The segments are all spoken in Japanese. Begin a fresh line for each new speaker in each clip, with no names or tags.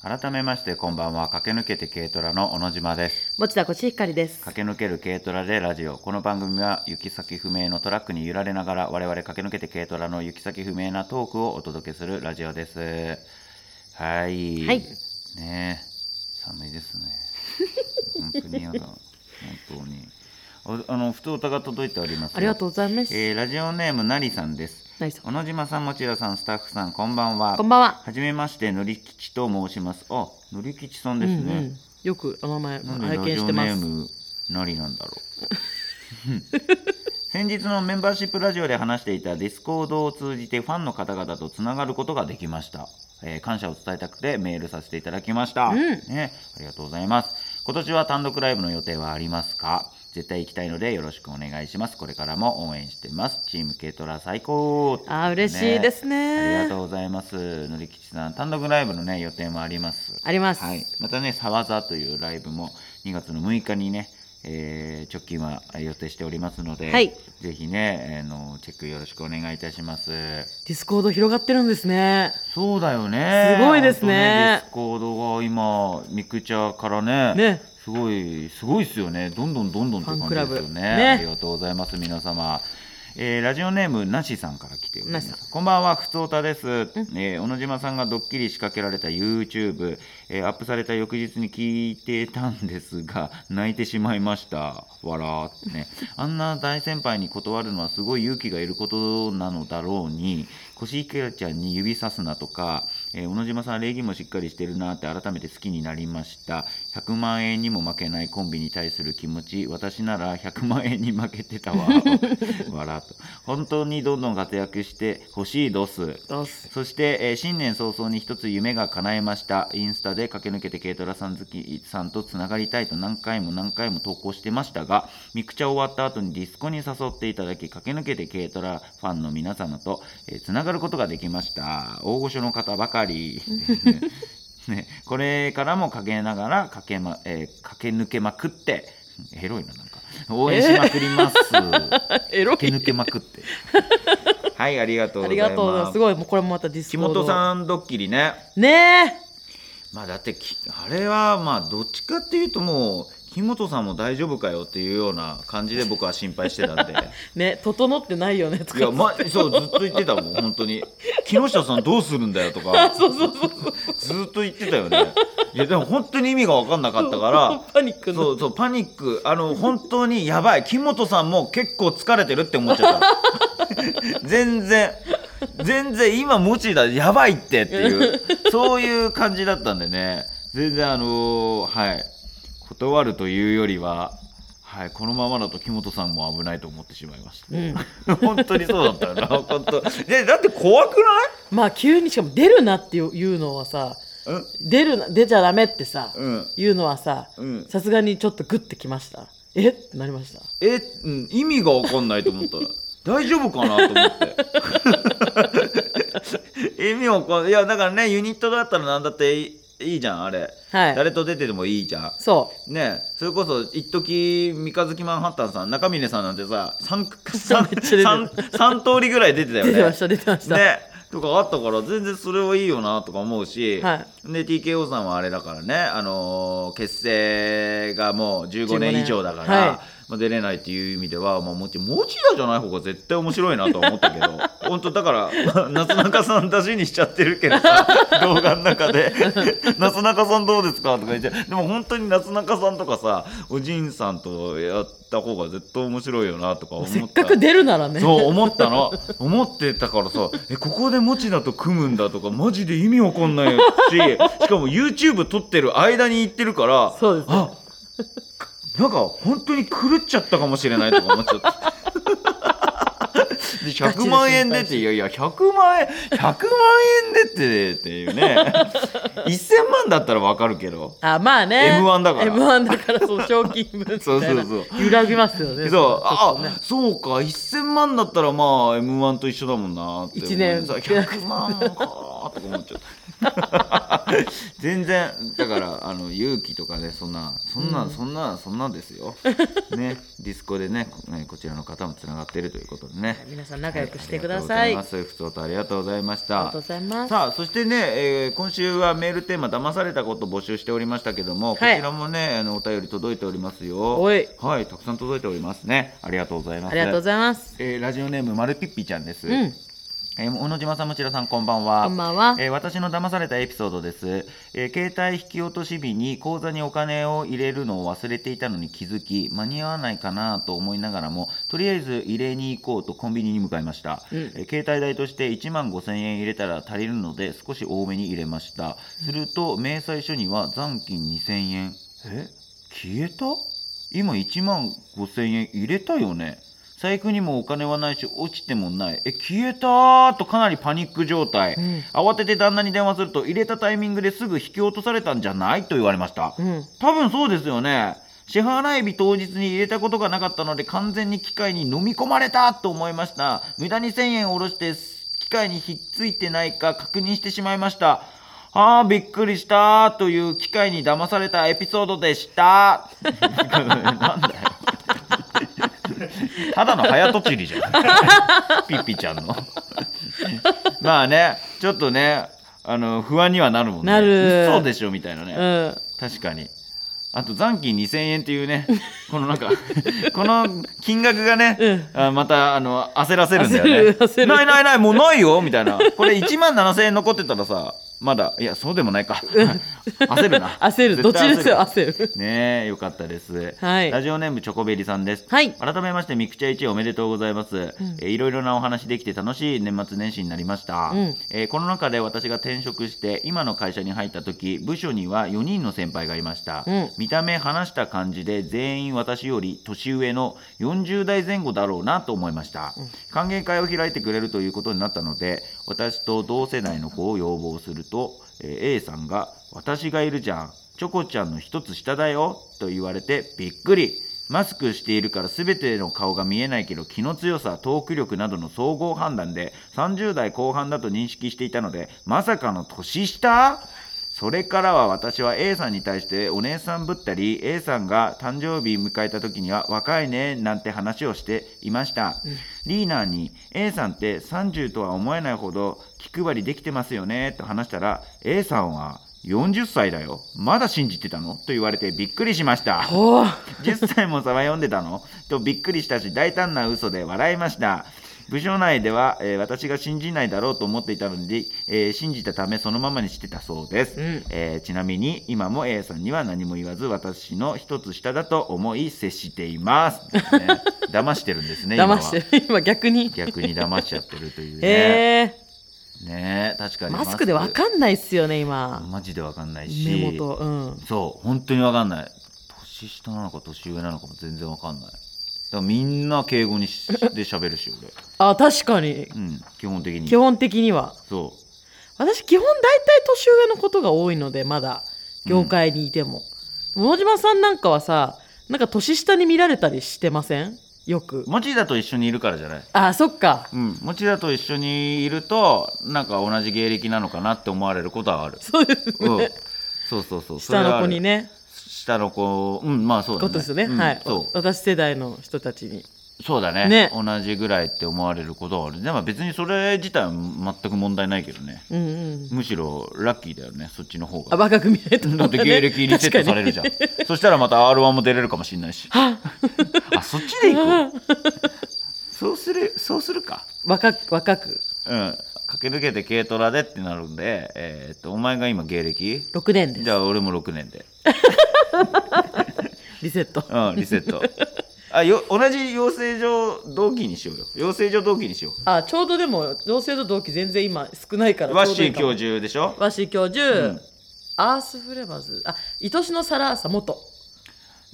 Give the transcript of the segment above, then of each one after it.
改めましてこんばんは駆け抜けて軽トラの小野島です
持田コシヒカリです。
駆け抜ける軽トラでラジオこの番組は行き先不明のトラックに揺られながら我々駆け抜けて軽トラの行き先不明なトークをお届けするラジオですはい
はい
ねえ寒いですね本当に嫌 だ本当にああの普通歌が届いております
ありがと
う
うございます。
えーラジオネームなりさんです
ナイス
小野島さん持田さんスタッフさんこんばんは
こんばんは。
はじめまして、のりきちと申します。あ、のりきちさんです
うんう
ね
ん。よくお名前
なんで
拝
ラ
見
ジ
し
オ
て
ネー
ます。
ムなりなんだろう。先 日のメンバーシップラジオで話していたディスコードを通じてファンの方々とつながることができました。えー感謝を伝えたくてメールさせていただきました、
うん
ね。ありがとうございます。今年は単独ライブの予定はありますか絶対行きたいのでよろしくお願いします。これからも応援してます。チーム軽トラ最高。
あー嬉しいで
ね
すね。
ありがとうございます。のりきちさん、単独ライブのね、予定もあります。
あります。
はい。またね、サワザというライブも2月の6日にね、えー直近は予定しておりますので、
はい
ぜひね、あの、チェックよろしくお願いいたします。
ディスコード広がってるんですね。
そうだよね。
すごいです
本当
ね
ディスコードが今、ミクチャからね、
ね。
すごい、すごいですよね。どんどんどんどんって感じですよ
ファンク
ね。
ラブね
ありがとうございます、皆様。えーラジオネームなしさんから来ております
なし
こんばんはふつおたです、えー小野島さんがドッキリ仕掛けられた YouTube、えーアップされた翌日に聞いてたんですが 泣いてしまいましたわらーってねあんな大先輩に断るのはすごい勇気がいることなのだろうにコシヒカリちゃんに指さすなとか、えー小野島さん礼儀もしっかりしてるなって改めて好きになりました100万円にも負けないコンビに対する気持ち私なら100万円に負けてたわ笑と本当にどんどん活躍してほしいドス
どうす
そして、えー新年早々に一つ夢が叶えましたインスタで駆け抜けて軽トラさん好きさんとつながりたいと何回も何回も投稿してましたがミクチャ終わった後にディスコに誘っていただき駆け抜けて軽トラファンの皆様と、えーつながることができました大御所の方ばかり ね、これからもかけながらかけ、まえー駆け抜けまくってエロいななんか応援しまくります、
エロ
駆
い。
け抜けまくって はいありがとう
あ
ござ
り
います
がとうございます。すごいもうこれもまたディス
木
コード。
本さんドッキリね
ん。ね
まあだってきあれはまあどっちかっていうともう木本さんも大丈夫かよっていうような感じで僕は心配してた んで
え。ね整ってないよねとか。
いや、 ま、そうずっと言ってたもん本当に木下さんどうするんだよと
あ
か
そうそうそうそう。
ずっと言ってたよねいやでも本当に意味が分かんなかったから。
パニック
そ
の。
うそうパニックあの本当にやばい木本さんも結構疲れてるって思っちゃった 全然全然今持ちだやばいってっていうそういう感じだったんでね全然あのーはい断るというよりははいこのままだと木本さんも危ないと思ってしまいまし
うん。
た 本当にそうだったよな本当でだって怖く
まあ急にしかも出るなっていういうのはさ、
ない
出るな出ちゃダメってさ、
うんうん
言うのはさ、
うん
さすがにちょっとグッてきました。えってなりました。
え、うん、意味が分かんないと思ったら大丈夫かなと思 って意味わかんいやだからねユニットだったら何だっていいいいじゃんあれ、
はい。
誰と出ててもいいじゃん
そ
ねそれこそ一時三日月マンハッタンさん中峰さんなんてさ 3,
めっちゃ出てる
通りぐらい出てたよ
う。出
ね
てました、出てました。
ねとかあったから全然それはいいよなとか思うし、
は
で TKO さんはあれだからね、あのー結成がもう15年以上だから、
15はい
まあ、出れないっていう意味では、まあ、もちもちらじゃない方が絶対面白いなとは思ったけど 本当だから、 まあ、夏中さん出しにしちゃってるけどさ動画の中で 「夏中さんどうですか?」とか言ってでも本当に夏中さんとかさおじいさんとやった方が絶対面白いよなとか思った
せっかく出るならね。
そう思ったの思ってたからさえここで持田と組むんだとかマジで意味わかんないししかも YouTube 撮ってる間に行ってるから
そうですね
あなんか本当に狂っちゃったかもしれないとか思っちゃった。で100万円でっていやいや100万円100万円でってっていうね1000万だったらわかるけど
あ、まあね。
M1 だから
M1 だから、その賞金分みたいな。
そうそうそう
揺らぎますよ
そ
ね。
う、
ちょっとね
あ、そうか、1000万だったらまあ M1 と一緒だもんなって思う。
一年
さ100万かとか思っちゃった。全然だからあの勇気とかねそんなそんな、
うん
そんなそんなですよねディスコでねこねこちらの方もつながってるということでね
皆さん仲良くしてください。
はあり
あ
が
り
とうございますふつおとありがとうございまし
が
た
とうございます。
さあそしてね、えー今週はメールテーマ騙されたこと募集しておりましたけども、
はい
こちらもねあのお便り届いておりますよ
おい
はいたくさん届いておりますねありがとうございます
ありがとうございます。
えーラジオネームまるぴっぴちゃんです、
うん、
えー小野島さん、むちらさん、こんばんは。
こんばんは。
えー私の騙されたエピソードです、えー携帯引き落とし日に口座にお金を入れるのを忘れていたのに気づき間に合わないかなと思いながらもとりあえず入れに行こうとコンビニに向かいました、
うん
えー携帯代として1万5000円入れたら足りるので少し多めに入れましたすると明細書には残金2000円え消えた今1万5000円入れたよね財布にもお金はないし落ちてもないえ消えたーとかなりパニック状態、
うん
慌てて旦那に電話すると入れたタイミングですぐ引き落とされたんじゃないと言われました
うん、
多分そうですよね支払い日当日に入れたことがなかったので完全に機械に飲み込まれたと思いました無駄に1000円下ろして機械にひっついてないか確認してしまいましたあーびっくりしたという機械に騙されたエピソードでした なんだよただの早とちりじゃん ピッピちゃんのまあねちょっとねあの不安にはなるもんね
なる
そうでしょみたいなね、
うん、
確かにあと残金2000円っていうね このなんかこの金額がね、あまたあの焦らせるんだよ
焦
ね
る焦る
ないないないもうないよみたいなこれ1万7000円残ってたらさまだいやそうでもないか焦るな
焦る、どっちですよ、
絶
焦る。
対ねえよかったです、
はい
ラジオネームチョコベリさんです
はい、
改めましてミクチャ1おめでとうございます、えーいろいろなお話できて楽しい年末年始になりました、
うん
えーこの中で私が転職して今の会社に入った時部署には4人の先輩がいました、
うん
見た目話した感じで全員私より年上の40代前後だろうなと思いました、歓迎会を開いてくれるということになったので私と同世代の子を要望すると、えー A さんが「私がいるじゃんチョコちゃんの一つ下だよ」と言われてびっくりマスクしているから全ての顔が見えないけど気の強さトーク力などの総合判断で30代後半だと認識していたのでまさかの年下それからは私は A さんに対してお姉さんぶったり A さんが誕生日迎えた時には若いねなんて話をしていました、リーナーに A さんって30とは思えないほど気配りできてますよねと話したら A さんは40歳だよまだ信じてたのと言われてびっくりしました
おー
10歳もさば読んでたのとびっくりしたし大胆な嘘で笑いました部署内では、えー私が信じないだろうと思っていたので、えー信じたためそのままにしてたそうです、
うん
えーちなみに今も A さんには何も言わず私の一つ下だと思い接しています、ね、 騙してるんですね今は
騙してる、今逆に。
逆に騙しちゃってるというね、
え
ねえ確か
ー、
に
マスクでわかんないっすよね、今。
マジでわかんないし
目元、うん。
そう本当に分かんない年下なのか年上なのかも全然分かんないだからみんな敬語にしで喋るし
あ、確かに。
俺うん基本的に
基本的には。
そ
私基本大体年上のことが多いのでまだ業界にいても、野島さんなんかはさなんか年下に見られたりしてませんよく
う持田と一緒にいるからじゃない
あそっか
うん持田と一緒にいるとなんか同じ芸歴なのかなって思われることはある
そうですね、
うんそうそうそうそれ は
下の
ある
子にね
下の子うんまあそうだね
ことですよね、
うん
はい
そ
私世代の人たちに
うそうだね
ね
同じぐらいって思われることはあるでも別にそれ自体は全く問題ないけどね
うんうん
むしろラッキーだよねそっちの方が
あ若く見え た
だって芸歴リセットされるじゃん。 そしたらまた R1 も出れるかもしれないし。あ、そっちで行こう。そうする、そうするか。
若く若く
うん。駆け抜けて軽トラでってなるんで、えーっと、お前が今芸歴
6年で
じゃあ俺も6年で。
リセット
うん、リセット。あ、よ、同じ養成所同期にしようよ。養成所同期にしよ
あちょうどでも同性と同期全然今少ないから
う。
ち
ワッ
ょう
シ
どい
ー
いか
教
も
授でしょ
ワッシー教授、
うん
アースフレバーズあ愛しのサラーサ元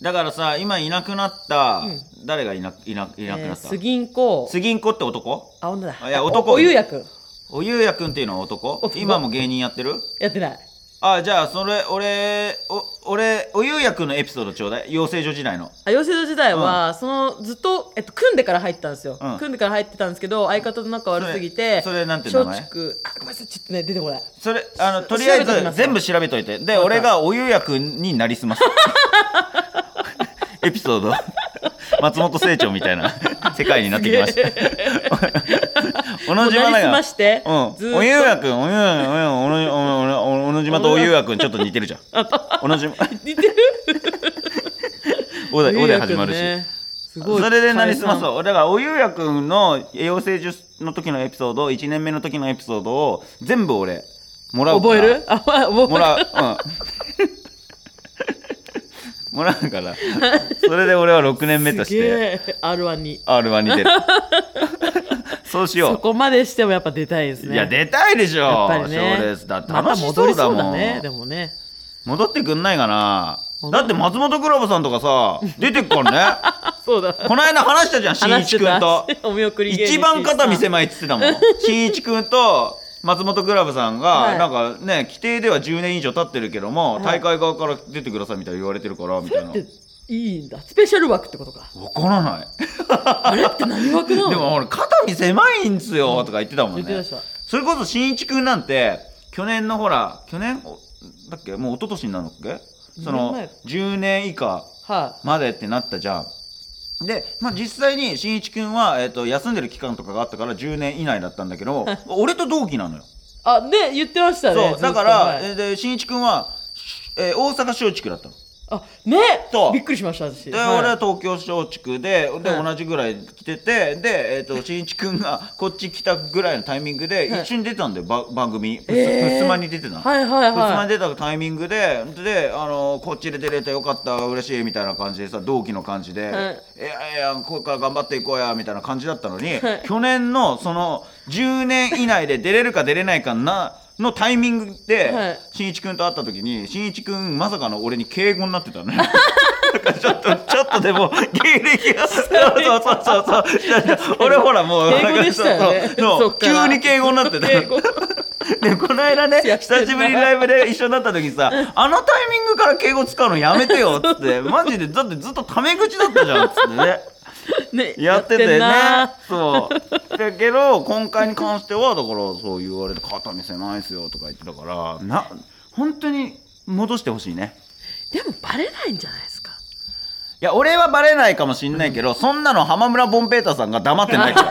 だからさ、今いなくなった、
う
誰がいな、いな、いなくなった、
えー、スギンコ
杉んこって男
あ女だ
あいや男
おおゆうやくん
おゆうやくんっていうのは男
男
今も芸人やってる
やってない
あじゃあそれ俺お俺おゆうやくんのエピソードちょうだい養成所時代の
あ養成所時代は、そのずっと、えっと、組んでから入ったんですよ、
うん
組んでから入ってたんですけど相方と仲悪すぎて
それそれなんて名前
松竹あごめんなさいちょっとね出てこない
それあのとりあえ
調べときま
ず
す
全部調べといてで
わかった
俺がおゆうやくんになり すますエピソード松本清張みたいな世界になってきました小野
もう
島
なりす
が
まして、ずーっ
うん、
と
おゆうやくんおゆうやおゆうおのじまとおゆうやくんちょっと似てる じゃんおのじま
似てる
おでおで始 まるし、
ゆうやくんねすごい
それでなりすま
解散
そうだからおゆうやくんの養成所の時のエピソード1年目の時のエピソードを全部俺もらうから
覚えるあまあ覚える
もらう、うん、 もらうからそれで俺は6年目とし
すげ
て
え R1 に
R1 に 出るそうし
そ
よ
こまでしてもやっぱ出たいです
う、
ね
いや出たいでしょ
やっぱりね
賞レースだって
また
楽し
戻
そ
り
うだ
そう
もん、
だねでもね
戻ってくんないかな
戻る
だって松本黒ラさんとかさ出てっからね
あそうだ
この間話したじゃんしんい
話し
ち
て
くん
た
と
お見送り芸人
一番肩身狭いっつってたもん しんいちくんと松本クラブさんが、
はい
なんかね規定では10年以上経ってるけども、
はい
大会側から出てくださいみたいな言われてるからみたいな
っていいんだスペシャル枠ってこ とか
わからない
あれって何枠なの
でも俺肩身狭いんすよとか言ってたもん
言ってま
ね
した
それこそしんいちくんなんて去年のほら去年おだっけもう一昨年になるのっけその
二年
10年以下
は
までってなったじゃん。で、まあ、実際にしんいちくんは、えっと休んでる期間とかがあったから10年以内だったんだけ ど俺と同期なのよ。
いあで言ってましたねず
そ
っ
う
と
だから、
はい
えでしんいちくんは、えー大阪松竹だったの。
あね
そう
びっくりしました私
で、
はい
俺は東京松竹でで、
はい
同じぐらい来ててで、えっとしんいちくんがこっち来たぐらいのタイミングで
はい
一緒に出たんだよ、ば番組ふす,、
えー
まに出てたの。
はいはい
ふすま
は
に出
い
たタイミングでで、あのこっちで出れてよかった嬉しいみたいな感じでさ同期の感じで、
はい
い、やいやこれから頑張っていこうやみたいな感じだったのに、
はい
去年のその10年以内で出れるか出れないかなのタイミングで、
はい
しんいちくんと会った時にしんいちくんまさかの俺に敬語になってたね。 ちょっとちょっとでも芸歴がそうそうそうそうそう俺ほらもう
敬語でしたよね
そうそう
そっから
急に敬語になってた
敬語
でこの間 ね久しぶりにライブで一緒になった時にさ「あのタイミングから敬語使うのやめてよ」っつ ってマジでだってずっとタメ口だったじゃんっつって ね
ね
やってて
ん
ね
な
そうだけど今回に関してはだからそう言われて「肩見せないですよ」とか言ってたからな本当に戻してほしいね
でもバレないんじゃないですか
いや俺はバレないかもしんないけど、そんなの浜村ボンペータさんが黙って ないから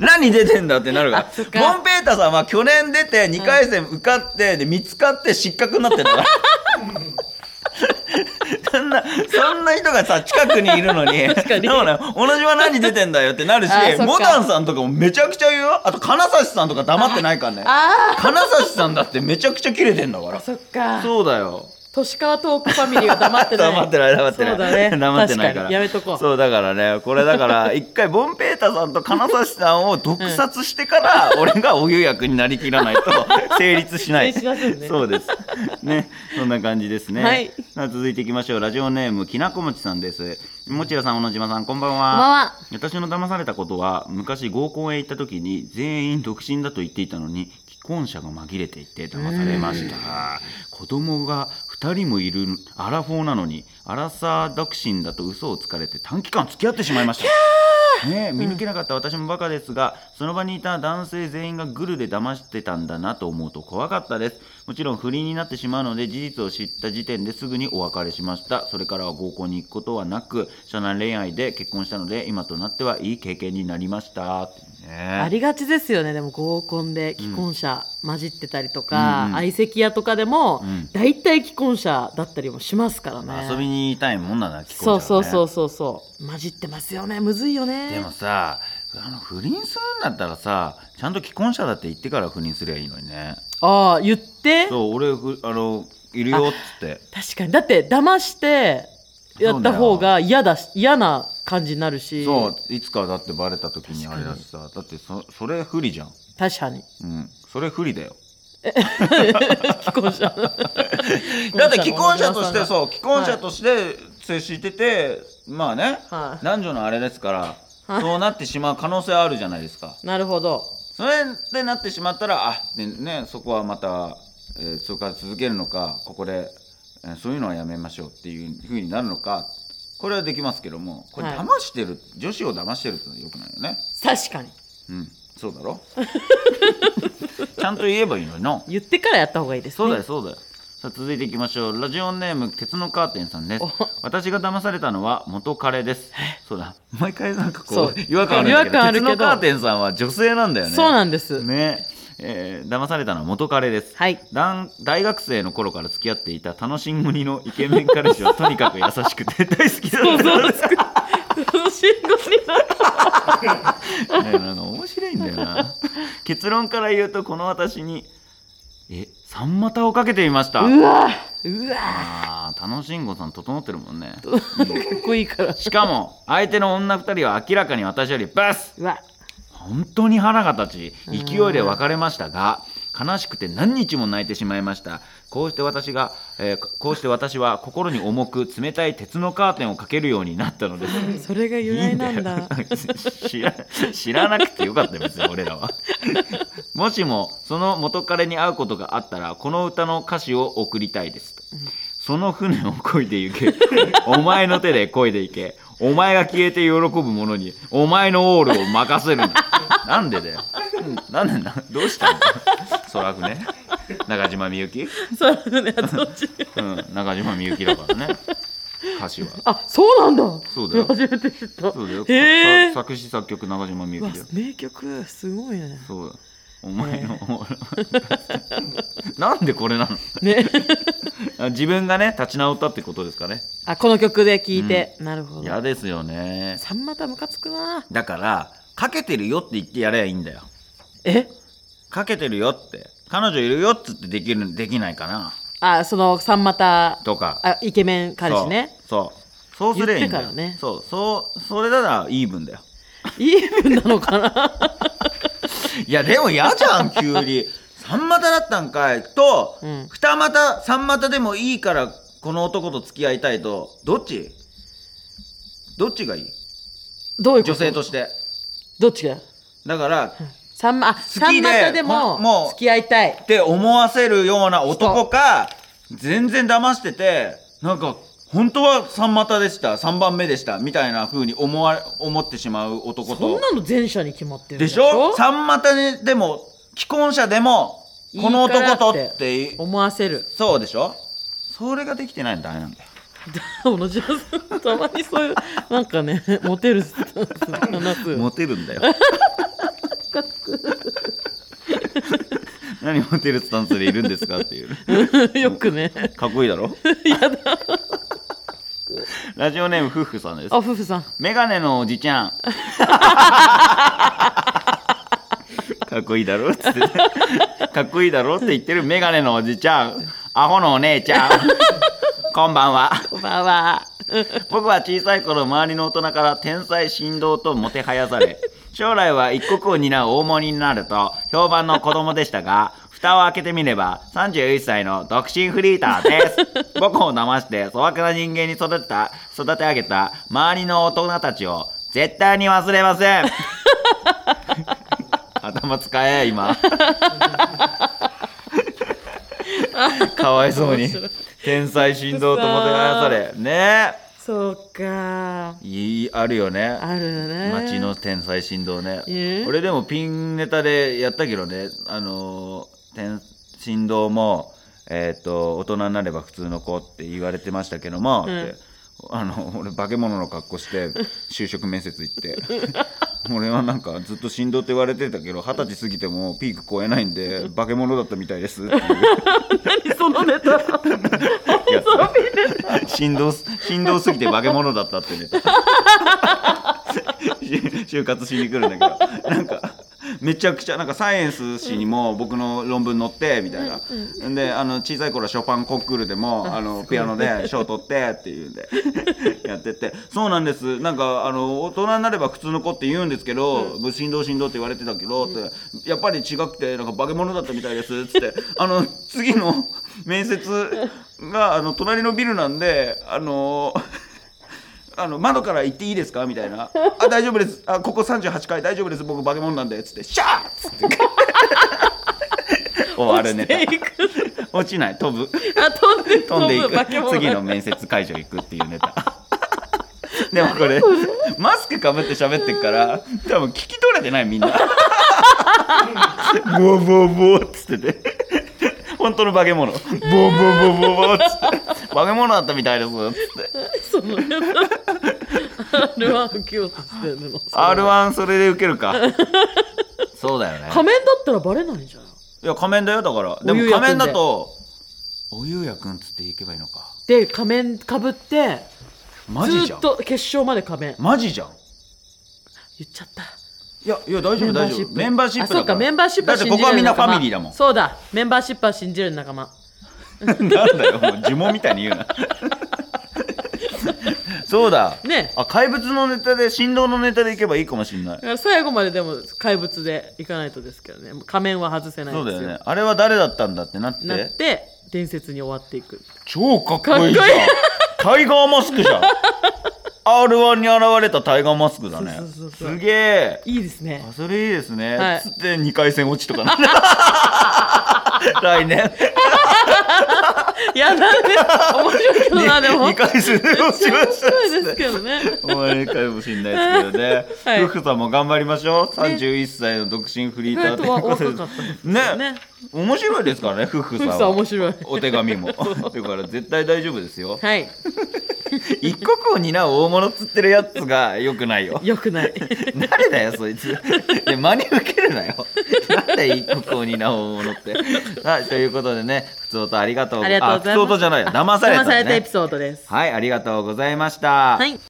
何出てんだってなるから
あそっか
ボンペータさんは去年出て2回戦受かって、で見つかって失格になってんだからそんなそんな人がさ近くにいるのに
確かに
でもね同じは何出てんだよってなるし
あそっか
モダンさんとかもめちゃくちゃ言うよあと金指さんとか黙ってないからね
あ
金指さんだってめちゃくちゃキレてんだか
あ
ら
そっか
そうだよ
年川トークファミリーが黙ってな い
黙ってない黙ってない
そうだね
黙ってないから
確かにやめとこう
そうだからねこれだから 一回ボンペータさんと金指さんを毒殺してから、俺がお湯役になりきらない と成立しない
成立しませんね
そうですねそんな感じですね、
はい
さあ続いていきましょうラジオネームきなこもちさんですもちやさん小野島さんこんばんは
こんばんは
私の騙されたことは昔合コンへ行った時に全員独身だと言っていたのに既婚者が紛れていて騙されました子供が2人もいるアラフォーなのにアラサー独身だと嘘をつかれて短期間付き合ってしまいましたねえ見抜けなかった私もバカですが、その場にいた男性全員がグルで騙してたんだなと思うと怖かったですもちろん不倫になってしまうので事実を知った時点ですぐにお別れしましたそれからは合コンに行くことはなく社内恋愛で結婚したので今となってはいい経験になりましたって
あ
ね
りがちですよねでも合コンで既婚者混じってたりとか、
うんうん
相席屋とかでも
うん
大体、既婚者だったりもしますからね
まあ遊びにいたいもんなんだな聞こ
そうそうそう
そ
そうそう混じってますよねむずいよね
でもさあの不倫するんだったらさちゃんと既婚者だって言ってから不倫すりゃいいのにね
ああ言って
そう俺ふあのいるよっつって
確かにだって騙してやった方が嫌だし嫌な感じになるし
そういつかだってバレた時に
確
あれ
か
だ
に
しさだってそそれ不利じゃん
確かに
うんそれ不利だよ
既 婚者
だって既婚者として
う
そう既婚者として接してて、まあね、
はい
男女のあれですから、
はい
そうなってしまう可能性あるじゃないですか
なるほど
それでなってしまったらあでねそこはまたえーそれから続けるのかここで、えーそういうのはやめましょうっていうふうになるのかこれはできますけどもこれ
はい
騙してる、女子を騙してるってのはよくないよね
確かに
うんそうだろ ちゃんと言えばいいのにな
言ってからやった方がいいですね
そうだよそうだよさあ続いていきましょうラジオネーム鉄のカーテンさんです
お
私が騙されたのは元彼ですそうだ毎回なんか
そ
こ
う
う違和感あるんだけ
違和
ど
感あるけど
鉄のカーテンさんは女性なんだよね
そうなんです、
ねえー騙されたのは元彼です、
はい
だん大学生の頃から付き合っていた楽しんむりのイケメン彼氏はとにかく優しくて大好きだ
そう
った
そうつ く楽しいことになった
ねえなんか面白いんだよな結論から言うとこの私にえ三股をかけていました
うわうわ
あー楽しんごさん整ってるもんね
かっこいいから
しかも相手の女2人は明らかに私よりバス
うわ
本当に腹が立ち勢いで別れましたが悲しくて何日も泣いてしまいましたこうして私が、えーこうして私は心に重く冷たい鉄のカーテンをかけるようになったのです
それが由来なんだ
いいんだよ知ら知らなくてよかったよ別に俺 らはもしもその元彼に会うことがあったらこの歌の歌詞を送りたいですとその船を漕いで行け お前の手で漕いで行けお前が消えて喜ぶ者にお前のオールを任せるななんでだよなんでなどうしたの空くね中島みゆき、
そうねどっち
うん、中島みゆきだからね歌詞は
あそうなんだ
そうだよ
初めて知った
そうだよ、
へえ
さ作詞作曲中島みゆ
う
き
わ
だよ
名曲すごいね
そうだお前の、 なんでこれなの
ね
あ 自分がね立ち直ったってことですかね
あこの曲で聴いて、なるほど
嫌ですよね
さんまたムカつくな
だからかけてるよって言ってやればいいんだよ
え
かけてるよって彼女いるよっつってできるできないかな
あそのさんまた
とか
あイケメン彼氏ね
そうそうそうすればいいんだ
言
よ、
ってからね
そうそうそれならイーブンだよ
イーブンなのかな
いやでも嫌じゃん急に 三股だったんかいと、
うん
二股三股でもいいからこの男と付き合いたいとどっちどっちがいい
どういうこと
女性として
どっちが
だから
さんまあ
きで
さんまたで
も
も
もう
付き合いたい
って思わせるような男か全然騙しててなんか本当は三股でした3番目でしたみたいな風に思わ思ってしまう男と
そんなの前者に決まってるん
でしょ三股ででも既婚者でもこの男と
いいから
っ
って思わせる
そうでしょそれができてないのダメなんだよ
同じだたまに そういうなんかねモテるスタンス話す
モテるんだよ何モテるスタンスでいるんですかっていう
よくね
かっこいいだろラジオネーム夫婦さんです
あ夫婦さん
メガネのおじちゃんかっこいいだろっつってかっこいいだろって言ってるメガネのおじちゃんアホのお姉ちゃんこんばんは
こんばんは
僕は小さい頃周りの大人から天才振動ともてはやされ将来は一国を担う大物になると評判の子供でしたが 蓋を開けてみれば31歳の独身フリーターです僕を騙して粗悪な人間に育てた育て上げた周りの大人たちを絶対に忘れません頭使え今かわいそうに天才振動ともてはやされねえ
そうか
いいあるよね
あるね
街の天才振動ね、
えー
俺でもピンネタでやったけどねあのー天振動もえっ、と大人になれば普通の子って言われてましたけども、
うん
ってあの俺化け物の格好して就職面接行って 俺はなんかずっと振動って言われてたけど二十歳過ぎてもピーク超えないんで化け物だったみたいですっていう
何そのネタ
や つ振動す振動すぎて化け物だったってね し就活しに来るんだけどなんかめちゃくちゃなんかサイエンス誌にも僕の論文載ってみたいな、であの小さい頃はショパンコンクールでもあのピアノで賞取ってっていうんで やっててそうなんですなんかあの大人になれば普通の子って言うんですけど、振動振動って言われてたけど、ってやっぱり違くてなんか化け物だったみたいですっつってあの次の面接があの隣のビルなんであの。あの窓から行っていいですかみたいな「あ大丈夫ですあここ38階大丈夫です僕化 け物なんで」っつって「シャー!」っつって 終わるネタ
していく
落ちない飛ぶ
あ飛んで
飛んでいく
飛ぶ化け物
次の面接会場行くっていうネタ でもこれマスクかぶって喋ってるから多分聞き取れてないみん なボーボーボーっつってて本当の化け物ボーボーボーボーボーっつって化け物だったみたいですっつって
その R1 受けようとしてるの
R1 それで受けるかそうだよね
仮面だったらバレないんじゃな
い
い
や仮面だよだからで
お
も
ゆうや
仮
くんで
面だとおゆうやくんっつって行けばいいのか
で仮面かぶって
マジじ
ず
ゃ
っ
ん
と決勝まで仮面
マジじゃん
言っちゃった
いやいや大丈夫大丈夫メンバーシップ
あ
だ
そう
か
からメンバーシップ
だ
は
って
信
こ
じ
こは
る
みんなフ
仲間
ァミリーだもん
そうだメンバーシップは信じる仲間
なんだよもう呪文みたいに言うな そうだ
ね
あ怪物のネタで振動のネタでいけばいいかもしれない
だから最後まででも怪物でいかないとですけどね仮面は外せない
そ
で
う
す
だ
よ
よねあれは誰だったんだってなって
なって伝説に終わっていく
超かっこいいじゃん
かっこいい
タイガーマスク じゃん R1 に現れたタイガーマスクだね
そうそうそうそう
すげえ
いいですね
あそれいいですね、
はい
つって2回戦落ちとか ね来年
いやな んで面白いけどなでも
2回戦落ちま
面
した
白いですけどね。
終わりかもしれないですけどね
はい
福さんも頑張りましょう。三十一歳の独身フリ
意
ーター
外
と
と
いうこと
は若か
で
ったです
ね
よね。
面白いですからね、夫婦さん
ふ
は。
くさん面白い
お手紙も。だ から絶対大丈夫ですよ。
はい
一刻を担う大物釣ってるやつが良くないよ。
よくない
誰だよそいつで真に受けるなよなんで一国を担う大物ってはいということでね普通とありがとう
ありがとうございま
あ
す
普通とじゃないよ騙された、ね、
騙されたエピソードです
はいありがとうございました
はい